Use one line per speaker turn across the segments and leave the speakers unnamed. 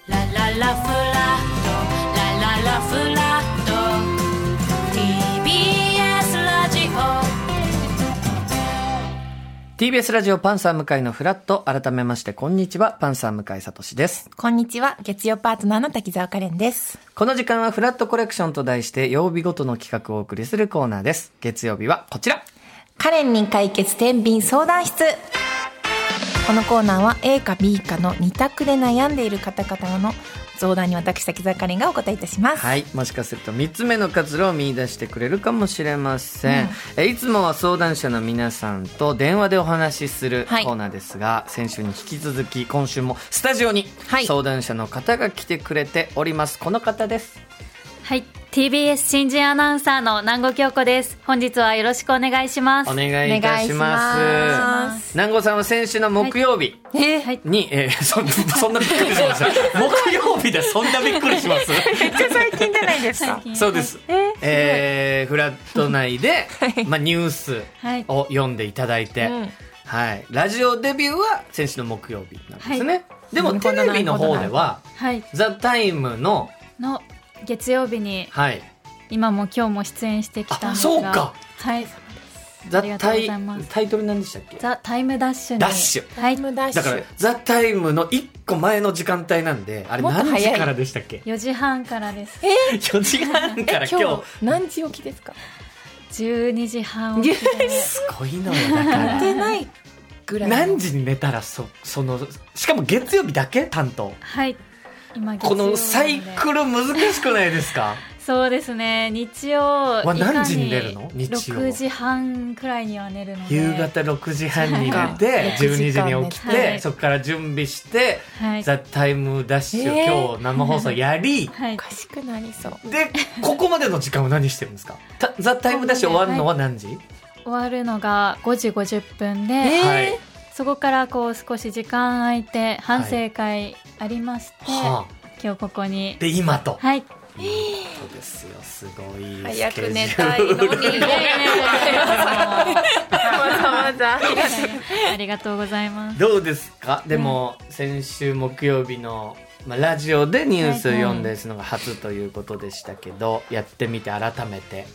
ラフラットラララフラット TBS ラジオ
TBS ラジオパンサー向井のフラット改めましてこんにちはパンサー向井聡です
こんにちは。月曜パートナーの滝沢カレンです。
この時間はフラットコレクションと題して曜日ごとの企画をお送りするコーナーです月曜日はこちら
カレンに解決天秤相談室。このコーナーは A か B かの二択で悩んでいる方々の相談に私、滝沢カレンがお答えいたします。
はいもしかすると3つ目の活路を見出してくれるかもしれません、えいつもは相談者の皆さんと電話でお話しするコ
はい
ーナーですが、先週に引き続き今週もスタジオに
はい
相談者の方が来てくれております、この方です
はい、TBS 新人アナウンサーの南後京子です。本日はよろしくお願いします。
お願いいたします
お願いします
南郷さんは先週の木曜日、
えー
はい、
に、えー、 そんそんなびっくりし ました。木曜日でそんなびっくりします。
最近じゃないですか。
そうです。えーフラット内で、まあニュース
はい
を読んでいただいて、
うん
はい、ラジオデビューは先週の木曜日なんですね。
は
でも
なる
テ
ほど
レビの方では、
はい、
ザタイムの、
の月曜日に
はい、
今も今日も出演してきたんですが、
あそうか
はい、
ザ
ありがとう
タ
ござ
イ
います
タイトルなんでしたっけ？
ザタイムダッシュに
ダッシュ。
はい、
タイムダッシ
だ
ュ
からザタイムの一個前の時間帯なんで、あれ
もっと
何
早い
時からでしたっけ？
4時半からです。
4時半 から今
今
日
日。何時起きですか
12時半起きで
すごいのよだから。
寝 てないぐらい。
何時に寝たらそそのしかも月曜日だけ担当
はい、今月曜
こ
日なで
のサイクル難しくないですか
そうですね、日曜
わ
いかに
何時に出るの日曜
6時半くらいには寝るので、
夕方6時半に寝て
そうか
12時に起きて、
はい
そこから準備して「
はい、
ザタイムダッシュ、
えー
今日生放送や り
は
お
い、
かしくなりそう。
でここまでの時間は何してるんですかたザタイムダッシュ終わるのは何時、
終わるのが5時50分で。
えー
はい、
そこからこう少し時間空いて反省会ありまして、
は
今日ここに
あ、で今と、
はい
そうですよすごい
早く寝
スケジュール
たいのに。
いやいやいやいやもう
わざわざ。
ありがとうございます
どうですかでも、先週木曜日の、まあ、ラジオでニュースを読んですのが初ということでしたけど、やってみて改めて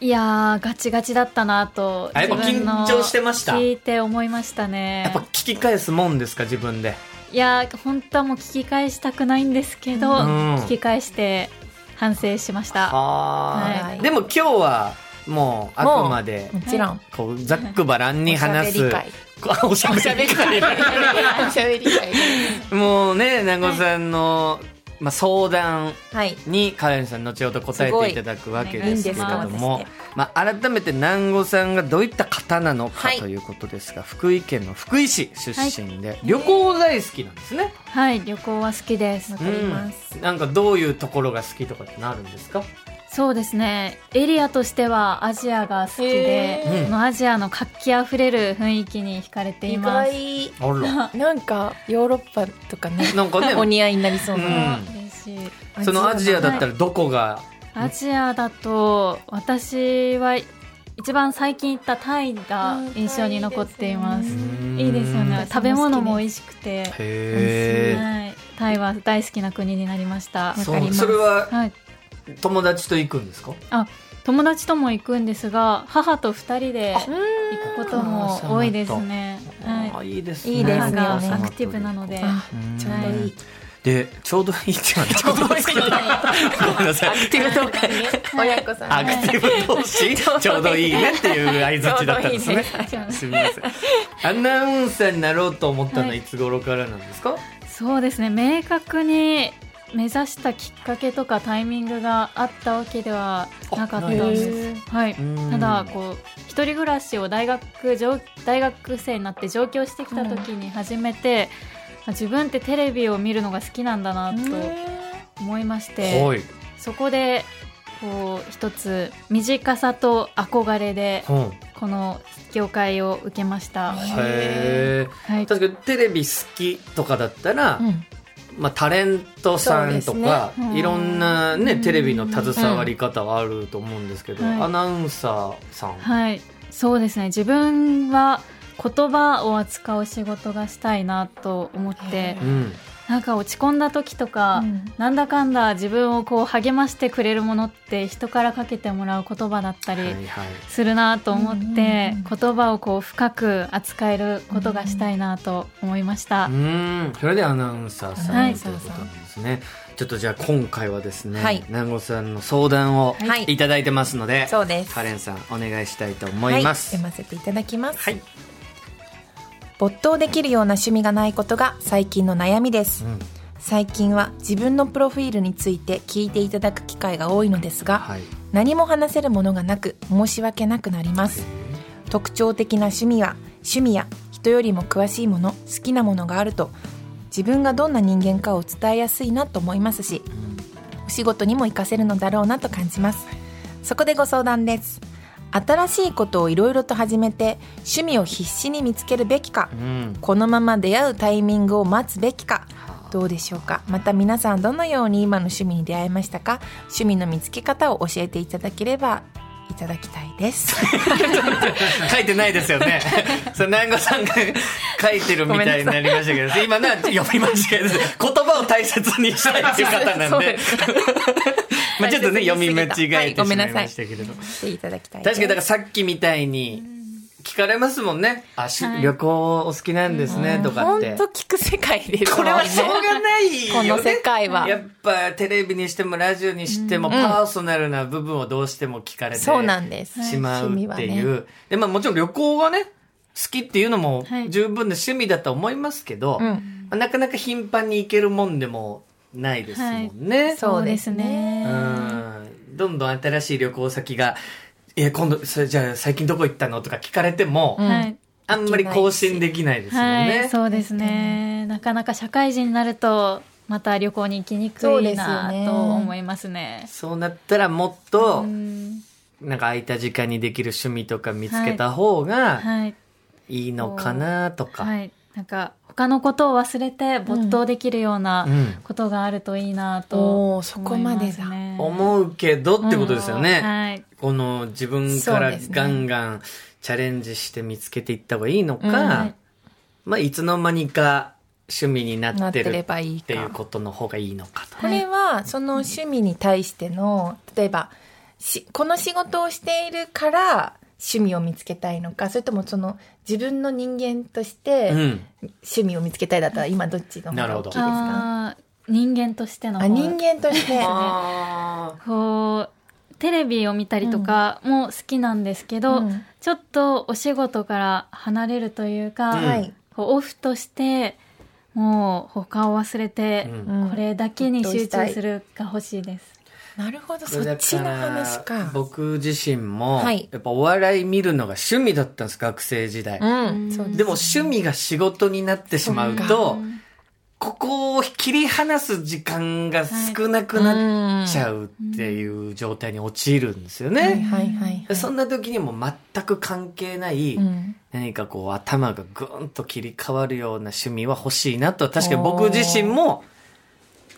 いやーガチガチだったなと
あやっぱ
自分の
緊張してました
聞いて思いましたね
やっぱ聞き返すもんですか自分で
いやー本当はもう聞き返したくないんですけど、
うん
聞き返して反省しました
は
はい
でも今日はもうあくまで
もちろん。
こうざっくばらんに話
おしゃべ
す
り会
こうおしゃべり会
おしゃべり 会。
もうね南郷さんの、まあ、相談
はい。
にカレンさん後ほど答えていただくわけですけれど
すごい
も
いいんです
まあ、改めて南郷さんがどういった方なのか
はい
ということですが、福井県の福井市出身で、旅行大好きなんですね、
はい旅行は好きです、
わかります。
なんかどういうところが好きとかってなるんですか
そうですねエリアとしてはアジアが好きで、
へー
このアジアの活気あふれる雰囲気に惹かれてい
意
ます
外。
あら
なんかヨーロッパとか ね。
なんかね
お似合いになりそう
うん
な。
嬉しい
そのアジアだ
っ
ったらどこが、
アジアだと私は一番最近行ったタイが印象に残っていま
う
す
ん
うん
いいですよね
私も好きです
食べ物も美味しくて、
へ
はい、タイは大好きな国になりました
え
わ
そ
かり
う
ます
それは
はい、
友達と行くんですか
友達とも行くんですが母と二人で行くことも多いですね、
あ
は
ーいいです
い、
ね
いいですね
母がアクティブなので
あちょうどいい。
でちょうどいいって言われたことですけどごめんなさい
アクティブトークにね親子さん
ア
が。
クティブ投資ちょうどいいねっていう相づちだったんですね
ち。
違う
すみません。アナウンサーになろうと思ったのは
はい
いつ頃からなんですか？
そうですね明確に目指したきっかけとかタイミングがあったわけではなかったん
あない
です。
へー
はい、
うん
ただこう一人暮らしを大学上大学生になって上京してきた時に初めて、あ自分ってテレビを見るのが好きなんだなと思いまして
い。
そこでこう一つ短さと憧れで
うん。
この業界を受けました。
は
へえ。
はい、
確かにテレビ好きとかだったら、
うん
まあタレントさんとか、
そうですねうん
いろんなね
うん
テレビの携わり方はあると思うんですけど、
はい
アナウンサーさん。
はい、そうですね。自分は言葉を扱う仕事がしたいなと思って
う、ん。
なんか落ち込んだ時とか、
うん
なんだかんだ自分をこう励ましてくれるものって人からかけてもらう言葉だった
は
り
いはい
するなと思って、
うんうん
言葉をこう深く扱えることがしたいなと思いました、
うーんそれでアナウンサーさん、
はい
ということなんですねちょっとじゃあ今回はですね、
はい
南郷さんの相談を
はい
いただいてますので、
そうです
カレンさんお願いしたいと思います、
はい、読ませていただきます、
はい
没頭できるような趣味がないことが最近の悩みです、
うん
最近は自分のプロフィールについて聞いていただく機会が多いのですが、
はい
何も話せるものがなく申し訳なくなります特徴的な趣味は趣味や人よりも詳しいもの好きなものがあると自分がどんな人間かを伝えやすいなと思いますしお仕事にも活かせるのだろうなと感じますそこでご相談です新しいことをいろいろと始めて趣味を必死に見つけるべきか
うん
このまま出会うタイミングを待つべきか
はあ
どうでしょうかまた皆さんどのように今の趣味に出会いましたか趣味の見つけ方を教えていただければいただきたい です
書いてないですよね。 それ南郷さんが書いてるみたいになりましたけど、今な読みましたけど、言葉を大切にしたいっていう方な
そ
ん
う
で
で、
まあちょっとね読み間違
は
え
い
て
ご
し
めん
ま
ないさい
ましたけれど、
していただきたいです
確かにだからさっきみたいに聞かれますもんね。あ、し
はい
旅行お好きなんですねとかっ
本
て。
当聞く世界です
これはしょう
ね
がないよ、ね。
この世界は
やっぱテレビにしてもラジオにしてもパーソナルな部分をどうしても聞かれて
そうなんです
しまうってい
趣味は
う。で、まあもちろん旅行はね、好きっていうのも
はい
十分な趣味だと思いますけど、
うん
まあなかなか頻繁に行けるもんでもないですもんね。
そうです
ね
うんどんどん新しい旅行先が、え、今度、それじゃあ最近どこ行ったのとか聞かれても、
うん
はい
あんまり更新できないですよね。
はい、そうですね。なかなか社会人になると、また旅行に行きにく
そうで
い
すよ
な
ね
と思いますね。
そうなったらもっと
う、ん
なんか空いた時間にできる趣味とか見つけた方が
はい、
いいのかなとか。
はい、なんか他のことを忘れて没頭できるような
うん
ことがあるといいな
お
と
ー
思います、
そ
ね。
こまでだ
思うけどってことですよね。
はい、
この自分か
そう
ら
ですね
ガンガンチャレンジして見つけていった方がいいのか、
うん
はい
まあいつの間にか趣味にな
な
っ
ってて
る
れ
っ
ばいい
ていう
か
ことの方がいいのかと。
これはその趣味に対しての例えばしこの仕事をしているから趣味を見つけたいのかそれともその自分の人間として
うん。
趣味を見つけたいだったら今どっちの方が大きいですか
あー人間としての
あ
方
人間と して
あ
こうテレビを見たりとかも好きなんですけど、
うん
ちょっとお仕事から離れるというか、
うん
はい、
こうオフとしてもう他を忘れて、
うん
うん
これだけに集中するが欲しいです。
なるほどそっちの
だ
話
ら
か
僕自身も、
はい
やっぱお笑い見るのが趣味だったんです、学生時代。
Mm.
うんそう
でも趣味が仕事になってしまうと、ここを切り離す時間が少なくなっ
な
ちゃ
う
うっていう状態に陥るんですよ
んはい
ね。
はいはいはい
そんな時にも全く関係ない、
うん
何かこう頭がぐーんと切り替わるような趣味は欲しいなと、確かに僕自身も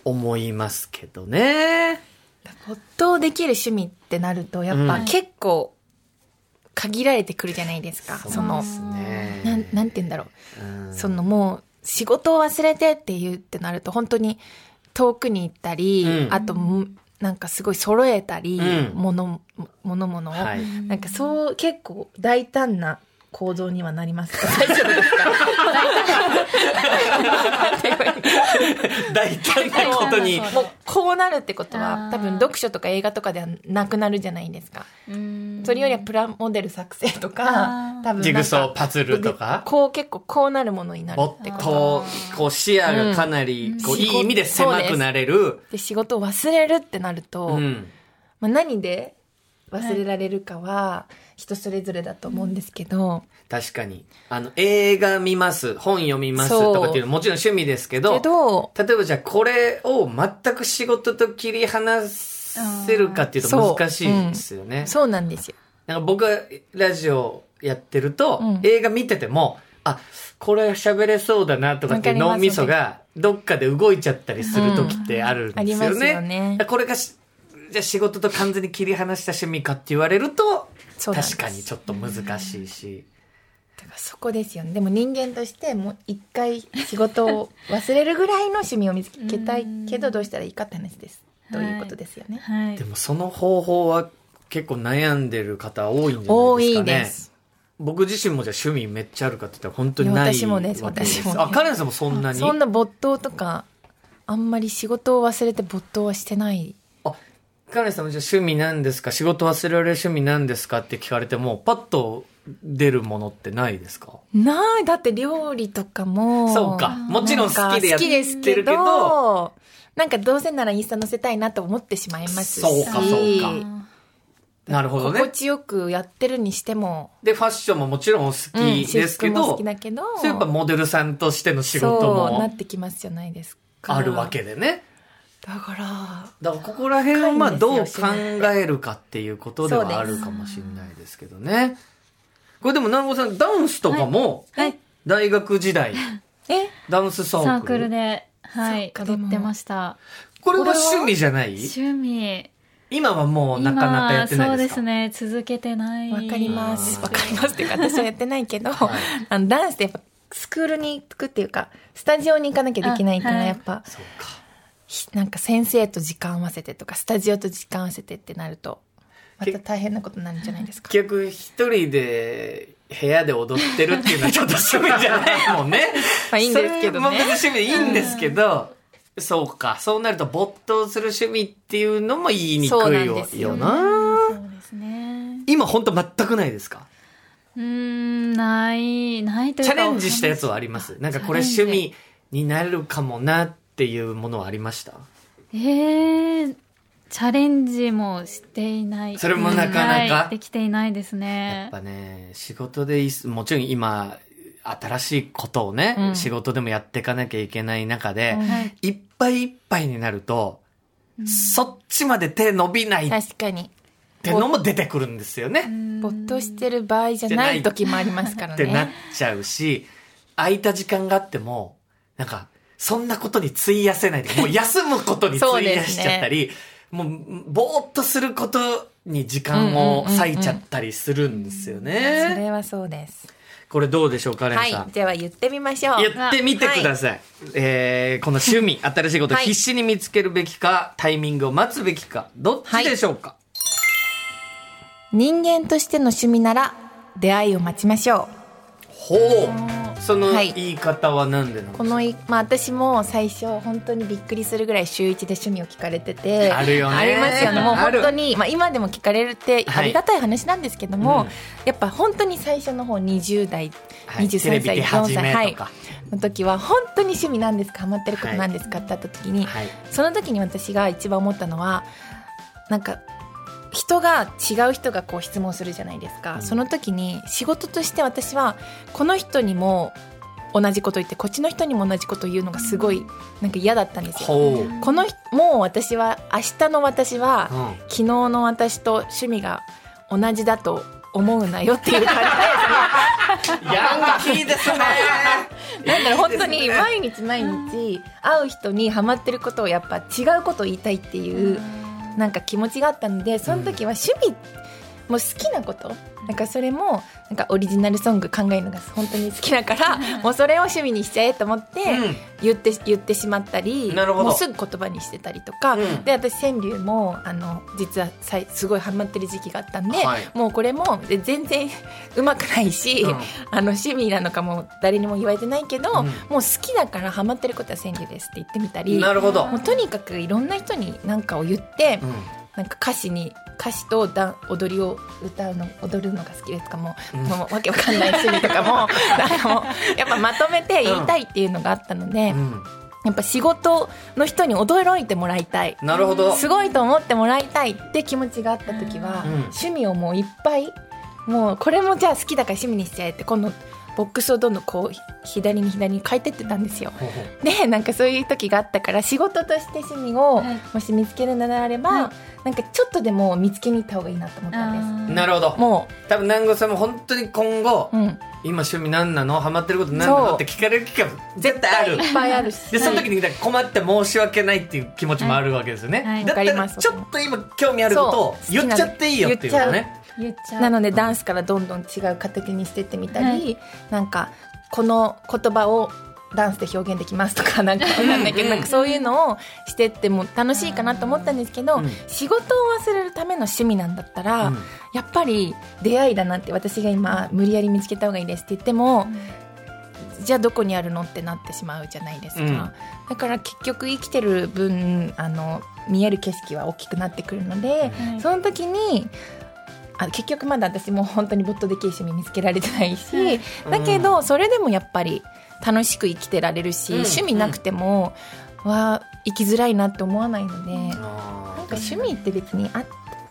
思いますけどね。
没頭できる趣味ってなるとやっ
う
ぱ
ん
結構限られてくるじゃないですか、そ
そう
の
ですね。
なんなんて言うんだろう
うん
そのもう仕事を忘れてっていうってなると本当に遠くに行ったり、
うん
あとむなんかすごい揃えたり、
うん
ものものものを、
はい。
なんかそう結構大胆な構造にはな りますか大丈夫ですかなんて言えばいい
大胆なことに。
もうこうなるってことは
あー
多分読書とか映画とかではなくなるじゃないですかそれよりはプラモデル作成と
あ
か多
ー
分なんか
ジグソーパズルとか
こう結構こうなるものになる
も
って
っ、
こと
こう視野がかなり、こう、いい意味で狭くなれる。
で仕事を忘れるってなると、
うん。
まあ、何で忘れられるかは人それぞれだと思うんですけど、
確かに。あの、映画見ます、本読みますとかっていうのももちろん趣味ですけど、
けど
例えばじゃあこれを全く仕事と切り離せるかっていう
そ
と
う
難しいですよね。
そうなんですよ。
なんか僕がラジオやってると、
うん
映画見てても、あ、これ喋れそうだなとかっていう
わか
脳
り
み
ます
そがどっかで動いちゃったりする時ってあるんですよね。
うんありますよね
これがしじゃあ仕事と完全に切り離した趣味かって言われると、
そうなんです
確かにちょっと難しいし。
だからそこですよねでも人間としてもう一回仕事を忘れるぐらいの趣味を見つけたいけど
うん
どうしたらいいかって話ですということですよね、
はい
でもその方法は結構悩んでる方多いんじゃ
多
ないですかね。
いです
僕自身もじゃあ趣味めっちゃあるかって言ったら本当にない
いや私もです
わけ
私もね
あ、カレンさんもそんなに
そんな没頭とかあんまり仕事を忘れて没頭はしてない
カレンさんもじゃあ趣味なんですか仕事忘れられる趣味なんですかって聞かれても、パッと出るものってないですか
ないだって料理とかも
そうか。もちろん好きでやっ
好きです
て
け
るけど、
どなんかどうせならインスタ載せたいなと思ってしまいますし
そうかそうかなるほど
心
ね。
地よくやってるにしても、
で、ファッションももちろんお好
うん
きですけ
私服も
ど、
好きだけど
そうやっぱモデルさんとしての仕事
そうなっ
も
てきますじゃないですか
あるわけでね。
だから
だからここら辺をまあ
深い
ど
ん
う
です
考
よ趣味
えるかっていうことではあるかもしれないですけどね。これでも南郷さん、ダンスとかも
はい
大学時代、
え
ダンスサ
サ
ー
ー
ク
クル
ル。
で、はい、
そっかで
踊
も
ってました。
これは趣味じゃない
趣味。
今はもうなかなかやってな
今
いですか
そうですね、続けてない。
わかります
あー
わかりますっていうか 私はやってないけど、
はい
あのダンスってやっぱスクールに行くっていうかスタジオに行かなきゃできないっていうのは
あはい
やっぱ、
そうか。
ひなんか先生と時間合わせてとかスタジオと時間合わせてってなるとまた大変なことになるんじゃないですか
結局一人で部屋で踊ってるっていうのはちょっと趣味じゃないも んね。
まあいいんですけど
そ
ね
れも別に趣味でいいんですけど、そうか。そうなると没頭する趣味っていうのも言いにく
そうないんで
よ
すよ
よ
う
なん
そうですね。
今本当全くないですか
うーん、ない、ないという
チ
か。
ャレンジしたやつはありますなんかこれ
チ
趣
ャレンジ
味になるかもなっていうものはありました
えー、チャレンジもしていない。
それもなかなか
はいできていないです
やっ
ね。
ぱね、仕事でいす、もちろん今、新しいことをね、
うん
仕事でもやっていかなきゃいけない中で、
はい。
いっぱいいっぱいになると、
うん
そっちまで手伸びないっ
確かに
てのも出てくるんですよね。
没頭して
る。
る場合じゃない時もありますから
ってなっ
ね
ちゃうし、空いた時間があっても、なんか、そんなことに費やせないで、もう休むことに
そう
費
です
やし
ね
ちゃったり、もう、ぼーっとすることに時間を割いちゃったりするんですよ
そ
ね。
れはそうです
これどうでしょうか、カレン
は
さん。
いでは言ってみましょう
言ってみてください、えーこの趣 味新しいことを
はい
必死に見つけるべきかタイミングを待つべきかどっちでしょうか、
人間としての趣味なら出会いを待ちましょ
ほうその
はい
言い方はなんでなの
うこのい、まあ、私も最初本当にびっくりするぐらい週一で趣味を聞かれてて
あるよね
ありますよねもう
あ
本
る
当に、まあ、今でも聞かれるって
は
あ
い
りがたい話なんですけども、
うん
やっぱ本当に最初の方20代
はい
23
テレビ出始
歳
め
は
と
い
か
の時は本当に趣味なんですかハマってることなんですかってあった時に、
はい、
その時に私が一番思ったのはなんか人が違う人がこう質問するじゃないですか、
うん
その時に仕事として私はこの人にも同じこと言ってこっちの人にも同じこと言うのがすごいなんか嫌だったんですよ。
ほう、 うん
この人もう私は明日の私は昨日の私と趣味が同じだと思うなよっていう感
ヤンキーですね
じなんだろう本当に毎日毎日会う人にハマってることをやっぱ違うことを言いたいっていうなんか気持ちがあったのでその時は趣味、もう好きなことなんかそれもなんかオリジナルソング考えるのが本当に好きだからもうそれを趣味にしちゃえと思って言って,、言ってしまったり
なるほど
もうすぐ言葉にしてたりとか、
うん
で私川柳もあの実はさいすごいハマってる時期があったんで、
はい
もうこれもで全然 うまくないし、
うん
あの趣味なのかも誰にも言われてないけど、
うん
もう好きだからハマってることは川柳ですって言ってみた
うん
り。
なるほど、
もうとにかくいろんな人に何かを言って、
うん
なんか歌詞に歌詞とだ踊りを歌うの踊るのが好きですとかも,、
うん
もうわけわかんない趣味とか もなんかもうやっぱまとめて言いたいっていうのがあったので、
うん
やっぱ仕事の人に驚いてもらいたい
なるほど
すごいと思ってもらいたいって気持ちがあった時は、
うん
趣味をもういっぱいもうこれもじゃあ好きだから趣味にしちゃえって今度ボックスをどんどんこう左に左に変えてってたんですよ。
ほうほう
でなんかそういう時があったから仕事として趣味を
はい
もし見つけるのであれば、
は
なんかちょっとでも見つけに行った方がいいなと思ったんで
なるほど
す。も
多分南郷さんも本当に今後、
う、うん、
今趣味何なのハマってること何な
そう
のって聞かれる機会も絶対ある
いっぱいあるし
で、その時にだから困って申し訳ないっていう気持ちもあるわけですよね。
はい
だった
わかり
ら、
ます
ちょっと今興味あることを
そう
言っちゃっていいよっていうのね。
言っちゃう
なのでダンスからどんどん違う形にしてってみたり、なんかこの言葉をダンスで表現できますとかなんかわかんないけ
うん
どなんかそういうのをしてっても楽しいかなと思ったんですけど、
うん
仕事を忘れるための趣味なんだったら、
うん
やっぱり出会いだなって私が今無理やり見つけた方がいいですって言ってもじゃあどこにあるのってなってしまうじゃないですか、
うん
だから結局生きてる分あの見える景色は大きくなってくるので、
はい
その時にあ結局まだ私も本当に没頭できる趣味見つけられてないし、
はい
だけどそれでもやっぱり楽しく生きてられるし、
うん
趣味なくても、は生きづらいなって思わないので、なんか
あ
趣味って別にあっ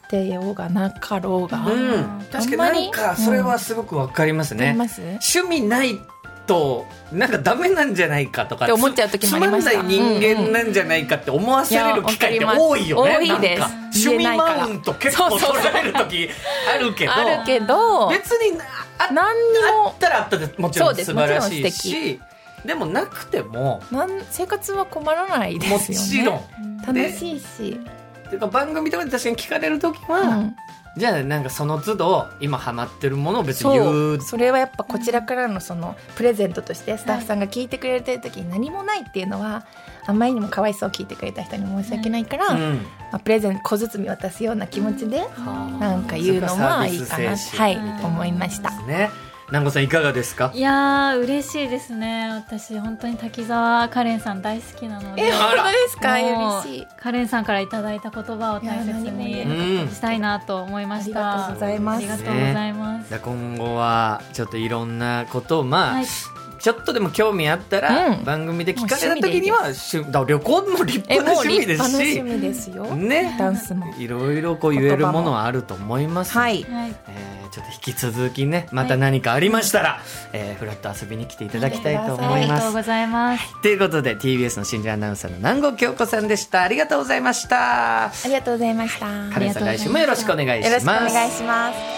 てようがなかろうが、
ー
あ
うん確かになんかそれはすごくわかりますね
り、ますっ
趣味ないとなんかダメなんじゃないかとか
て思っち
ゃ
ゃう時もありました
つまんない人間なんじゃないかって思わされる機会って
いやわかります
多いよね
多いです
なんか趣
言え
味
ないから
マウント結構
そうそう
取られる時あるけど
あるけど
別になああ
何にも
ったらあったでもちろん
そうです
素晴らし
も
い
ちろ
しでもなくても
なん生活は困らないで
も
すよね。
ちろん。
楽しいし、
ていうか番組とかで確かに聞かれる時
う
は、
ん
じゃあなんかその都度今ハマってるものを別に言
そううそれはやっぱこちらからのそのプレゼントとしてスタッフさんが聞いてくれてる時に何もないっていうのはあまりにもかわいそう聞いてくれた人に申し訳ないから、ま
ん
あ、プレゼント小包渡すような気持ちでなんか言うのもいいかな
は
はいい思いました
ですね南郷さんいかがですか
いやー嬉しいですね私本当に滝沢カレンさん大好きなので
あら
です
もう
嬉しい
カレンさんからいただいた言葉を大切
いや
何も言えなか
に
った
したいなと思いまし
ありがとう
た
ございます
ありがとうございます
じゃあ今後はちょっといろんなことをまあ、
はい
ちょっとでも興味あったら、
うん
番組で聞かれた時には
も
趣だから旅行も立
え
派な
もう
趣味
立
で
派
す
な
し
趣味ですよ、
ね
ダンスも
いろいろこう言えるものはあると思います
はいい
はい
えーちょっと引き続きねまた何かありましたら、えーフラッと遊びに来ていただきたいと思
あ
い
り
ま
がとう
す。
ございます
ということで TBS の新人アナウンサーの南郷京子さんでしたありがとうございました
ありがとうございました
カレンさん来週もよろしくお願いし
よろしくお
ます
願いします